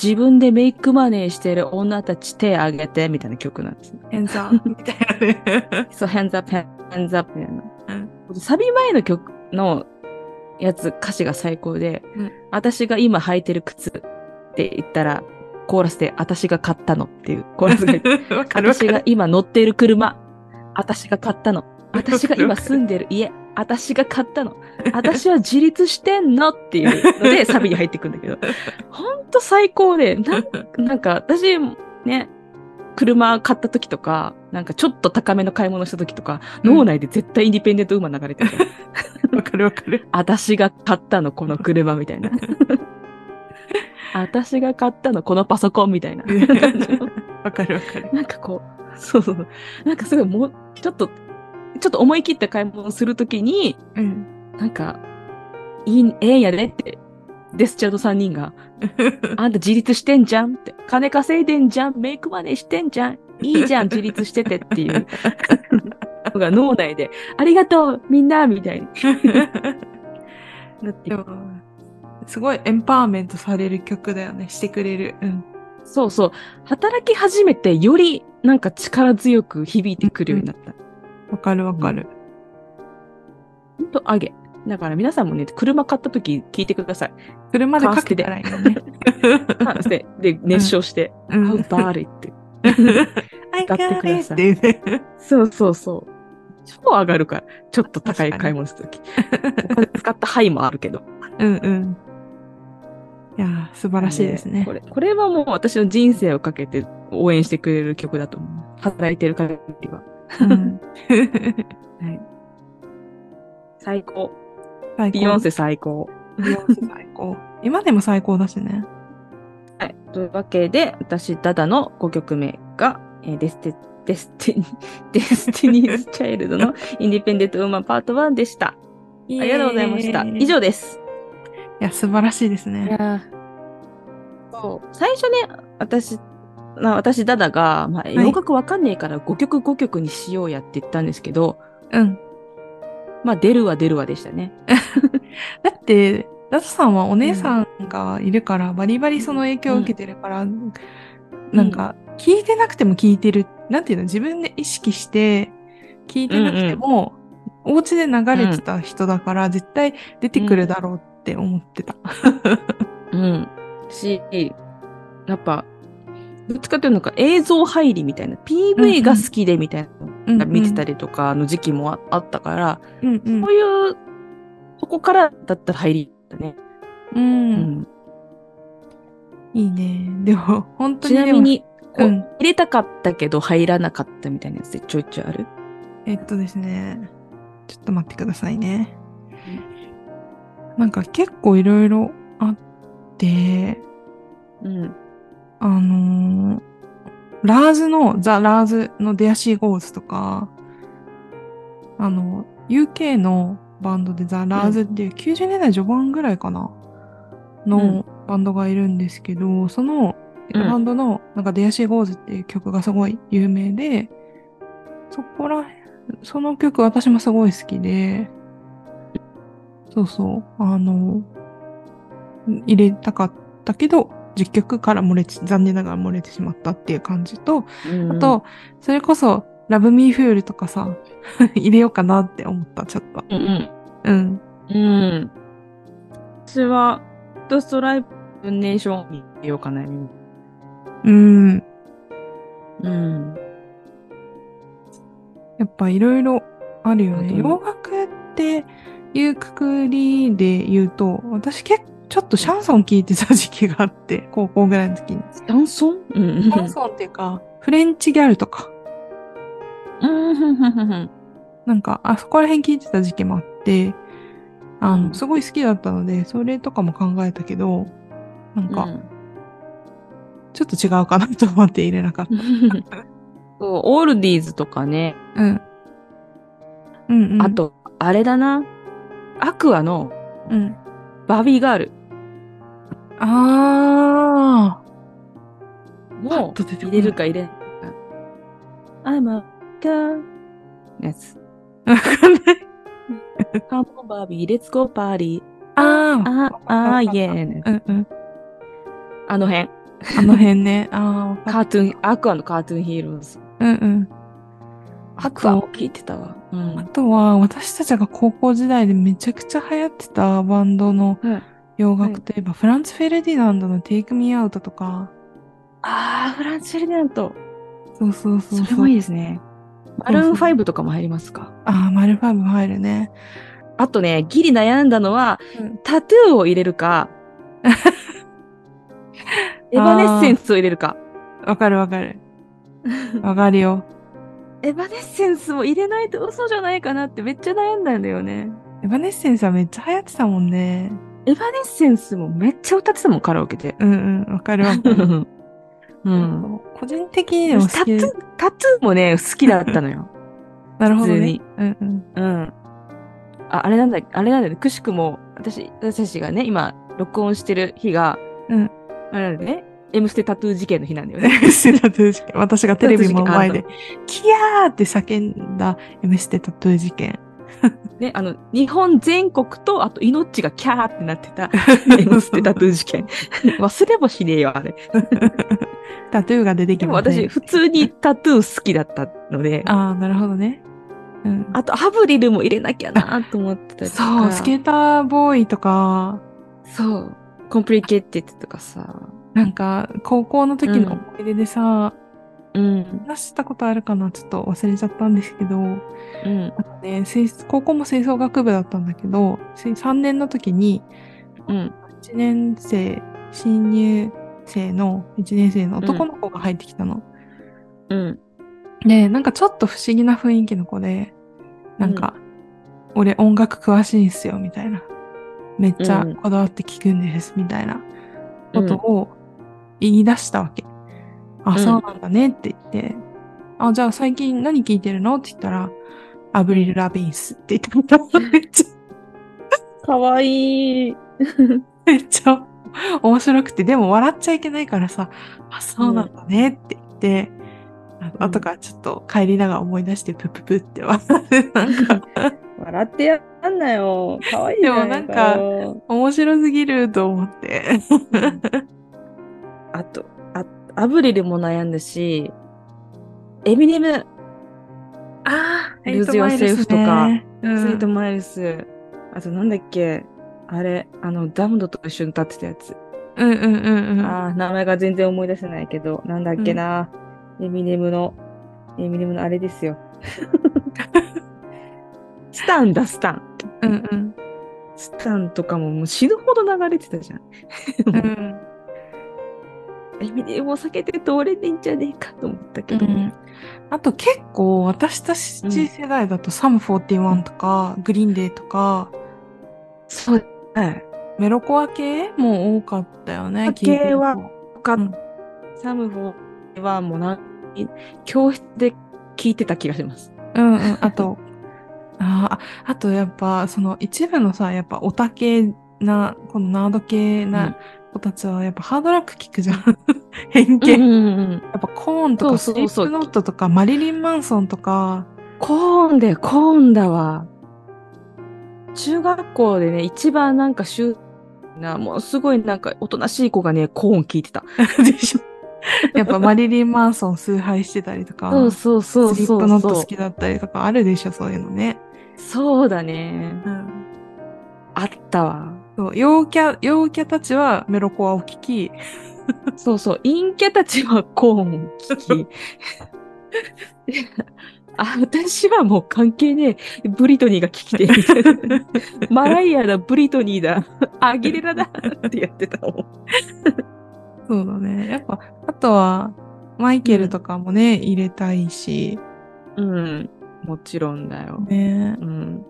自分でメイクマネーしてる女たち手挙げて、みたいな曲なんですね。変さ、みたいなね。 <laughs> そう、hands up, hands up みたいな。うんサビ前の曲のやつ、歌詞が最高で、うん私が今履いてる靴って言ったら、コーラスで、私が買ったのっていう、コーラスがわかるわか私るが今乗ってる車、私が買ったの。私が今住んでる家、私が買ったの。私は自立してんのっていうので、サビに入ってくんだけど、ほんと最高で、なんなんか私、ね、車買った時とか、なんかちょっと高めの買い物した時とか、うん脳内で絶対インディペンデントウーマン流れてる。わかるわか <laughs> る。私が買ったの、この車みたいな。私が買ったの、このパソコンみた <laughs> いな。わかるわかる。なんかこう、 <laughs> そうそうそう。なんかすごいもう、ちょっと、ちょっと思い切った買い物をするときに、 <laughs> うん。なんか、いい、ええんやでって、デスチャード3人が、あんた自立してんじゃんって、金稼いでんじゃん、メイクマネーしてんじゃん、いいじゃん、自立しててっていう、のが脳内で、ありがとう、みんな、みたいになってでも、すごいエンパワーメントされる曲だよね。してくれる。うん。そうそう。働き始めて、より、なんか力強く響いてくるようになった。わかるわかる。ほんと、あげ。だから皆さんもね、車買った時聞いてください。車でかけたらいいよね。 <laughs> そうですね。で、熱唱して、うハウん。バーレって。 I 歌ってく got だ it さっいていうね。そうそうそう。超上がるから、ちょっと高い買い物するとき。お金使った範囲もあるけど。うんうん。いやー、素晴らしいですねこ。れ、これはもう私の人生をかけて応援してくれる曲だと思う。働いてる限りは。うん最高。 <laughs> 最高ビヨンセ最高。ビヨンセ最高。今でも最高だしね。はい。というわけで、私、ダダの5曲目が、えーデステ、デスティ <laughs> ニ、デスティニーズ・チャイルドのインディペンデント・ウーマンパート1でした。あありがとうございました。以。上です。いや、素晴らしいですいね。やそう。最初ね、私、まあ、私、ダダが、まあ、い洋楽わかんねえから5曲5曲にしようやって言ったんですけど、うん。まあ、出るわ出るわでしたね。だって、ダトさんはお姉さんがいるから、バリバリその影響を受けてるから、なんか、聞いてなくても聞いてる。なんていうの自分で意識して、聞いてなくても、お家で流れてた人だから、絶対出てくるだろうって思ってた。うん。し、やっぱ、どっちかというとなんか映像入りみたいな、うんう PV んが好きでみたいなうんうん見てたりとかの時期もああったから、うんうんこういう、そこからだったら入りだね。う。うんいいね。でも、本当ちになでもみ、に、こう。うん入れたかったけど入らなかったみたいなやつでちょいちょいあるえっとですね。ちょっと待ってくださいね。なんか結構いろいろあって、うん。あのーラーズの、ザ・ラーズのデアシー・ゴーズとか、あの、UK のバンドでザ・ラーズっていう90年代序盤ぐらいかな、のバンドがいるんですけど、そのうんバンドの、なんかデアシー・ゴーズっていう曲がすごい有名で、そこら辺、その曲私もすごい好きで、そうそう、あの、入れたかったけど、10曲から漏れて、残念ながら漏れてしまったっていう感じと、あと、それこそ、ラブミーフールとかさ、 <laughs> 入れようかなって思った、ちょっと。うんうん。うん。うん。私は、ドストライブネーションに入れようかな。うん。うん。やっぱいろいろあるよね。本当に洋楽っていうくくりで言うと、私結構、ちょっとシャンソン聞いてた時期があ <laughs> って、高校ぐらいの時に。シダンソンうんうんャンソンっていうか、フレンチギャルとか、うんうんうんうんうん。なんか、あそこら辺聞いてた時期もあって、あうの、んすごい好きだったので、それとかも考えたけど、なんか、ちょっと違うかなと思って入れなかっうた。ん <laughs> そう、オールディーズとかね。うん。うん、うん。あ、と、あれだな。アクアのうん。バービーガール。あああ、パッもと出てこう入ないれるか入れないか。I'm a girl. やつ。わかんない。 Come on, Barbie. Let's go party. ああ、あ、あ、yeah. うんうん。あの辺。あの辺 <laughs> ね。ああ、わかカートゥーン、アクアのカートゥーンヒーローズ。る。うんうん。アクアを聞いてたわ。うんあ。とは、私たちが高校時代でめちゃくちゃ流行ってたバンドのはい洋楽といえば、フランツ・フェルディナンドの Take Me Out とか、ああ、フランス・フェルディナント。そうそうそう。そうれもいいですね。マルーン5とかも入りますか。ああ、マルファイブ入るね。あとね、ギリ悩んだのは、うんタトゥーを入れるか、エバネッセンスを入れるか。わかるわか <laughs> る。わかるよ。エバネッセンスも入れないと嘘じゃないかなってめっちゃ悩んだんだよね。エヴァネッセンスはめっちゃ流行ってたもんね。エバネッセンスもめっちゃ歌ってたもん、カラオケで。うん <laughs> うん、わかるわかうる。ん。うん、個人的にでも好タトきゥー、タトゥーもね、好きだったのよ。 <laughs> なるほど普通ねに。うんうん。うん。あ、あれなんだ、あれなんだよね。くしくも、私、私たちがね、今、録音してる日が、うん。あれなんだよね。M ステタトゥー事件の日なんだよね。 <laughs> M ステタトゥー事件。私がテレビの前でタ、キヤーって叫んだ M ステタトゥー事件。ね、あの、日本全国と、あと、命がキャーってなって <laughs> た、M ステタトゥー事件。忘れもしねえよ、あれ。タトゥーが出てきでもま私、ね。普通にタトゥー好きだったので、あああ、なるほどね。うん。と、ハブリルも入れなきゃなと思ってたりとそか。う、スケーターボーイとか、そう。コンプリケッテッドとかさ。なんか、高校の時の思い出でさ、うん。話したことあるかなちょっと忘れちゃったんですけど、うん。あとね、吹高校も吹奏楽部だったんだけど、3年の時に、うん。 1年生、新入生の1年生の男の子が入ってきたの。うん。で、なんかちょっと不思議な雰囲気の子で、なんか、俺音楽詳しいんすよ、みたいな。めっちゃこだわって聞くんです、みたいなことを言い出したわけ。あ、んそうなんだねって言って、あ、じゃあ最近何聞いてるのって言ったら、アブリル・ラビンスって言ったの <laughs> めっちゃ、かわいい。めっちゃ面白くて、でも笑っちゃいけないからさ、あ、そうなんだねって言って、あうん後からちょっと帰りながら思い出して、プププって笑って、なん <laughs> か、笑ってやんなよ。かわいいでもなんか面白すぎると思って。あと、あ、アブリルも悩んだし、エミネム、あ <laughs> あルーズヨーセルフとか、うスイーんト、マイルス、あとなんだっけ、あれ、あの、ダムドと一緒に歌ってたやつ。うんうんうんうん。ああ、名前が全然思い出せないけど、なんだっけな、エミネムの、エミネムのあれですよ。 <laughs> スタンだ、スタン。うんうん。スタンとかももう死ぬほど流れてたじゃん。うもうんエミネムを避けて通れねえんじゃねえかと思ったけど。うんあと結構私たち世代だとサム41とか、グリーンデーとか、そう。はい。メロコア系も多かったよね。系は聞いてる他うんサムフォーはもうなん教室で聞いてた気がします。と。うんうん。あと、 <laughs> あーあとやっぱその一部のさ、やっぱオタ系な、このナード系な子たちはやっぱハードラック聞くじゃん。 <laughs> 偏見うんうんうんやっぱコーンとかスそうリそーうそうプノットとかマリリン・マンソンと <laughs> か、コーンで、コーンだわ。中学校でね、一番なんかシューな、もうすごいなんかおとなしい子がね、コーン聞いてた。でしょ <laughs> やっぱマリリン・マンソン崇拝してたりとか、そうそうそうスリッそプノうットそ好う。きだったりとかあるでしょ、そういうのね。そうだね。うん、あったわ。そう陽キャ、陽キャたちはメロコアを聴き、そうそう、陰キャたちはコーンを <laughs> 聞き。あ私はもう関係ねえ。ブリトニーが聞きてえみたいな。マライアだ、ブリトニー <laughs> だ、アギレラだってやってたもん。そうだね。やっぱ、あとは、マイケルとかもね、入れたいし、うん、もちろんだよ。ね、うん、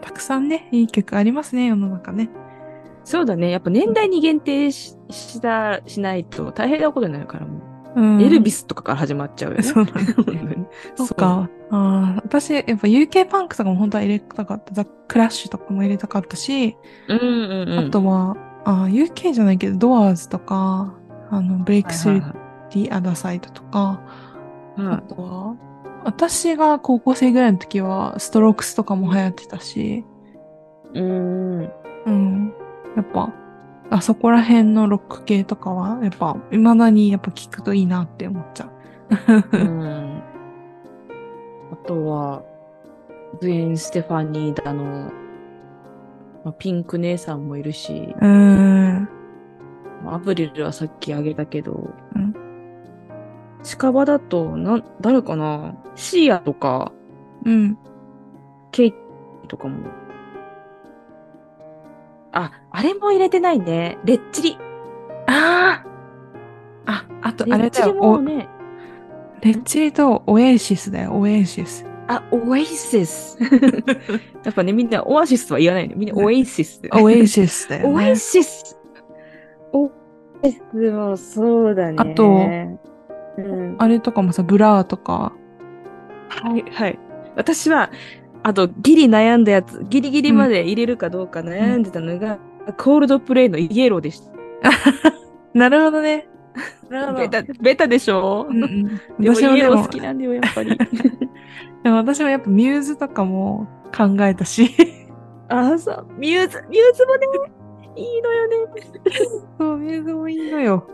たくさんね、いい曲ありますね、世の中ね。そうだね。やっぱ年代に限定ししたしないと大変なことになるからもうんう、エルビスとかから始まっちゃうよね。 <laughs> そうだ <laughs> ね本当にそうか。あー私、やっぱ UK パンクとかも本当は入れたかった。ザ・クラッシュとかも入れたかったし、そう。うんうんうん。あとは、あー UK じゃないけど、ドアーズとか、あの、ブレイクスはルいー・ディ・アダサイドとか、はいはいあとは、私が高校生ぐらいの時は、ストロークスとかも流行ってたし、うん。うんうん。やっぱ、あそこら辺のロック系とかは、やっぱ、未だにやっぱ聞くといいなって思っちゃう。うん。あとは、グエン・ステファニーだの、まあ、ピンク姉さんもいるし、うーん。アブリルはさっきあげたけど、うん近場だと、なん、誰かなシーアとか、うん。ケイティとかも。あ、あれも入れてないね。レッチリ。あああ、あと、レあれッチだリよ。もおね、レッチリとオエーシスだよ、オエーシス。あ、オエイシス。 <laughs> やっぱね、みんなオアシスは言わないね。みんなオエイシス。オエーシスだよオねエ。シス。オエシスもそうだね。あとうん、あれとかもさ、ブラーとか。はい、はい。私は、あと、ギリ悩んだやつ、ギリギリまで入れるかどうか悩んでたのが、コールドプレイのイエローでした。なるほどね。なベタ、ベタでしょ、うんうん、でも私もイエでローも好きなんだよ、やっ <laughs> ぱり。でも私もやっぱミューズとかも考えたしあ、そう。ミューズ、ミューズもね、いいのよね。そうミューズもいいのよ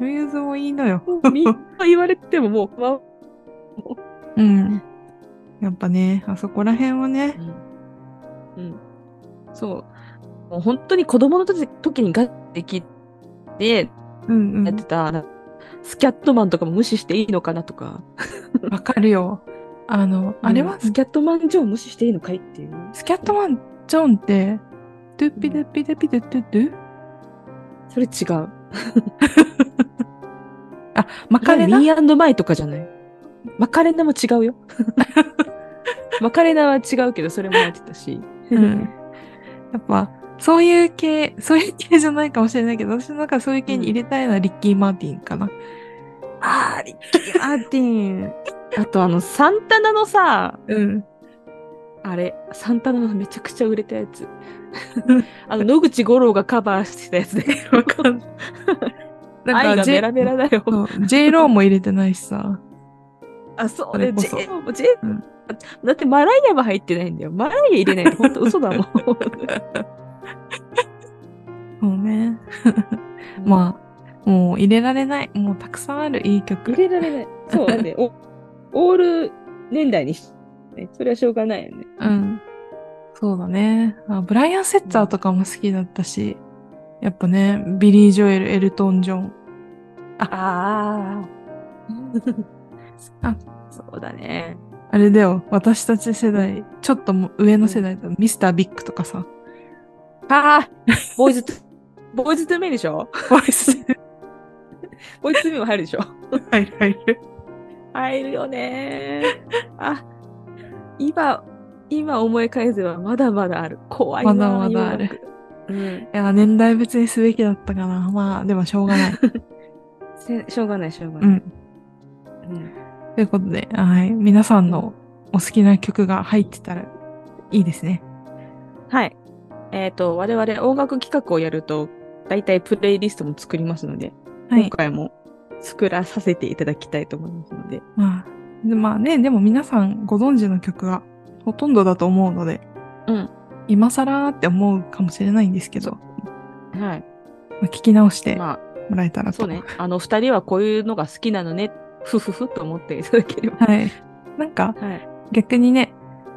ミューズもいいのよもうみんな言われてももう、まうんやっぱねあそこら辺はねうん。そう。もう本当に子供の時時にガッて聞いてうんうやってた、なんかスキャットマンとかも無視していいのかなとか、んわかるよあのあれは、うんスキャットマン上無視していいのかいっていう。スキャットマンジョンってドゥッピドゥッピドゥッピドゥッドゥッドゥそれ違う。マカレナミーアンドマイとかじゃない。マカレナも違う <laughs> よ。マカレナは違うけど、それもやってたし。うんやっぱそういう系そういう系じゃないかもしれないけど私の中でそういう系に入れたいのはリッキー・マーティンかな、あー、リッキー・マーティン。あと、あの、サンタナのさ、うんあれ、サンタナのめちゃくちゃ売れたや <laughs> つ。あの、野口五郎がカバーしてたやつで。わかんない愛がジェベラベラだよ。そう J ローも入れてないしさ。あ、そそうれね。こそ J も、J うんだってマライアは入ってないんだよ。マライア入れないと本当嘘だ <laughs> もん。そうね。まあ、もう入れられない。もうたくさんあるいい曲。入れられない。そうなんで、おオール年代にし、ね、それはしょうがないよね。うん。そうだね。あブライアン・セッツァーとかも好きだったし、やっぱね、ビリー・ジョエル、エルトン・ジョン。ああ。あ、そうだね。あれだよ、私たち世代、ちょっともう上の世代だと、ミスター・ビッグとか <laughs> さ。 <laughs> ああ、ボーイズトゥ、ボーイズトゥメンでしょボイスボーイズトゥメンも入るでしょ入る入る。入るよねー。あ、今、今思い返せばまだまだある。怖いなー。まだまだある洋楽。うん。いや、年代別にすべきだったかな。まあ、でもしょうが <laughs> ない。せしょうがない、しょうがうない。ん。うん。ということで、はい。皆さんのお好きな曲が入ってたらいいですね。はい。えっ、と、我々音楽企画をやると、だいたいプレイリストも作りますので、はい今。回も作らさせていただきたいと思いますので。まあ、でまあね、でも皆さんご存知の曲がほとんどだと思うので、うん。今更って思うかもしれないんですけど、まはあ、聞き直してい。もまらえたらあ、と。そうね。あの、二人はこういうのが好きなのね、ふふふと思っていただければ。はい。なんかはい。逆にね、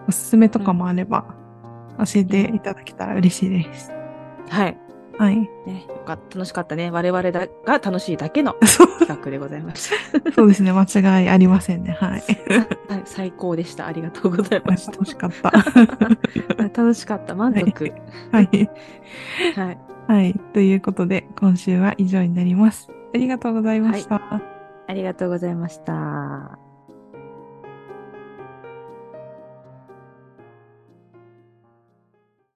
おすすめとかもあれば教えていただけたら嬉しいです。はい。はい。 <laughs> ね、よかった楽しかったね。我々だが楽しいだけのそう企画でございましそうですね、間違いありませんね。はい。た。はい、最高でした。ありがとうございました。楽しかった。 <laughs> 楽しかった。満足。はい。はい。はい。ということで、今週は以上になります。ありがとうございました。ありがとうございました。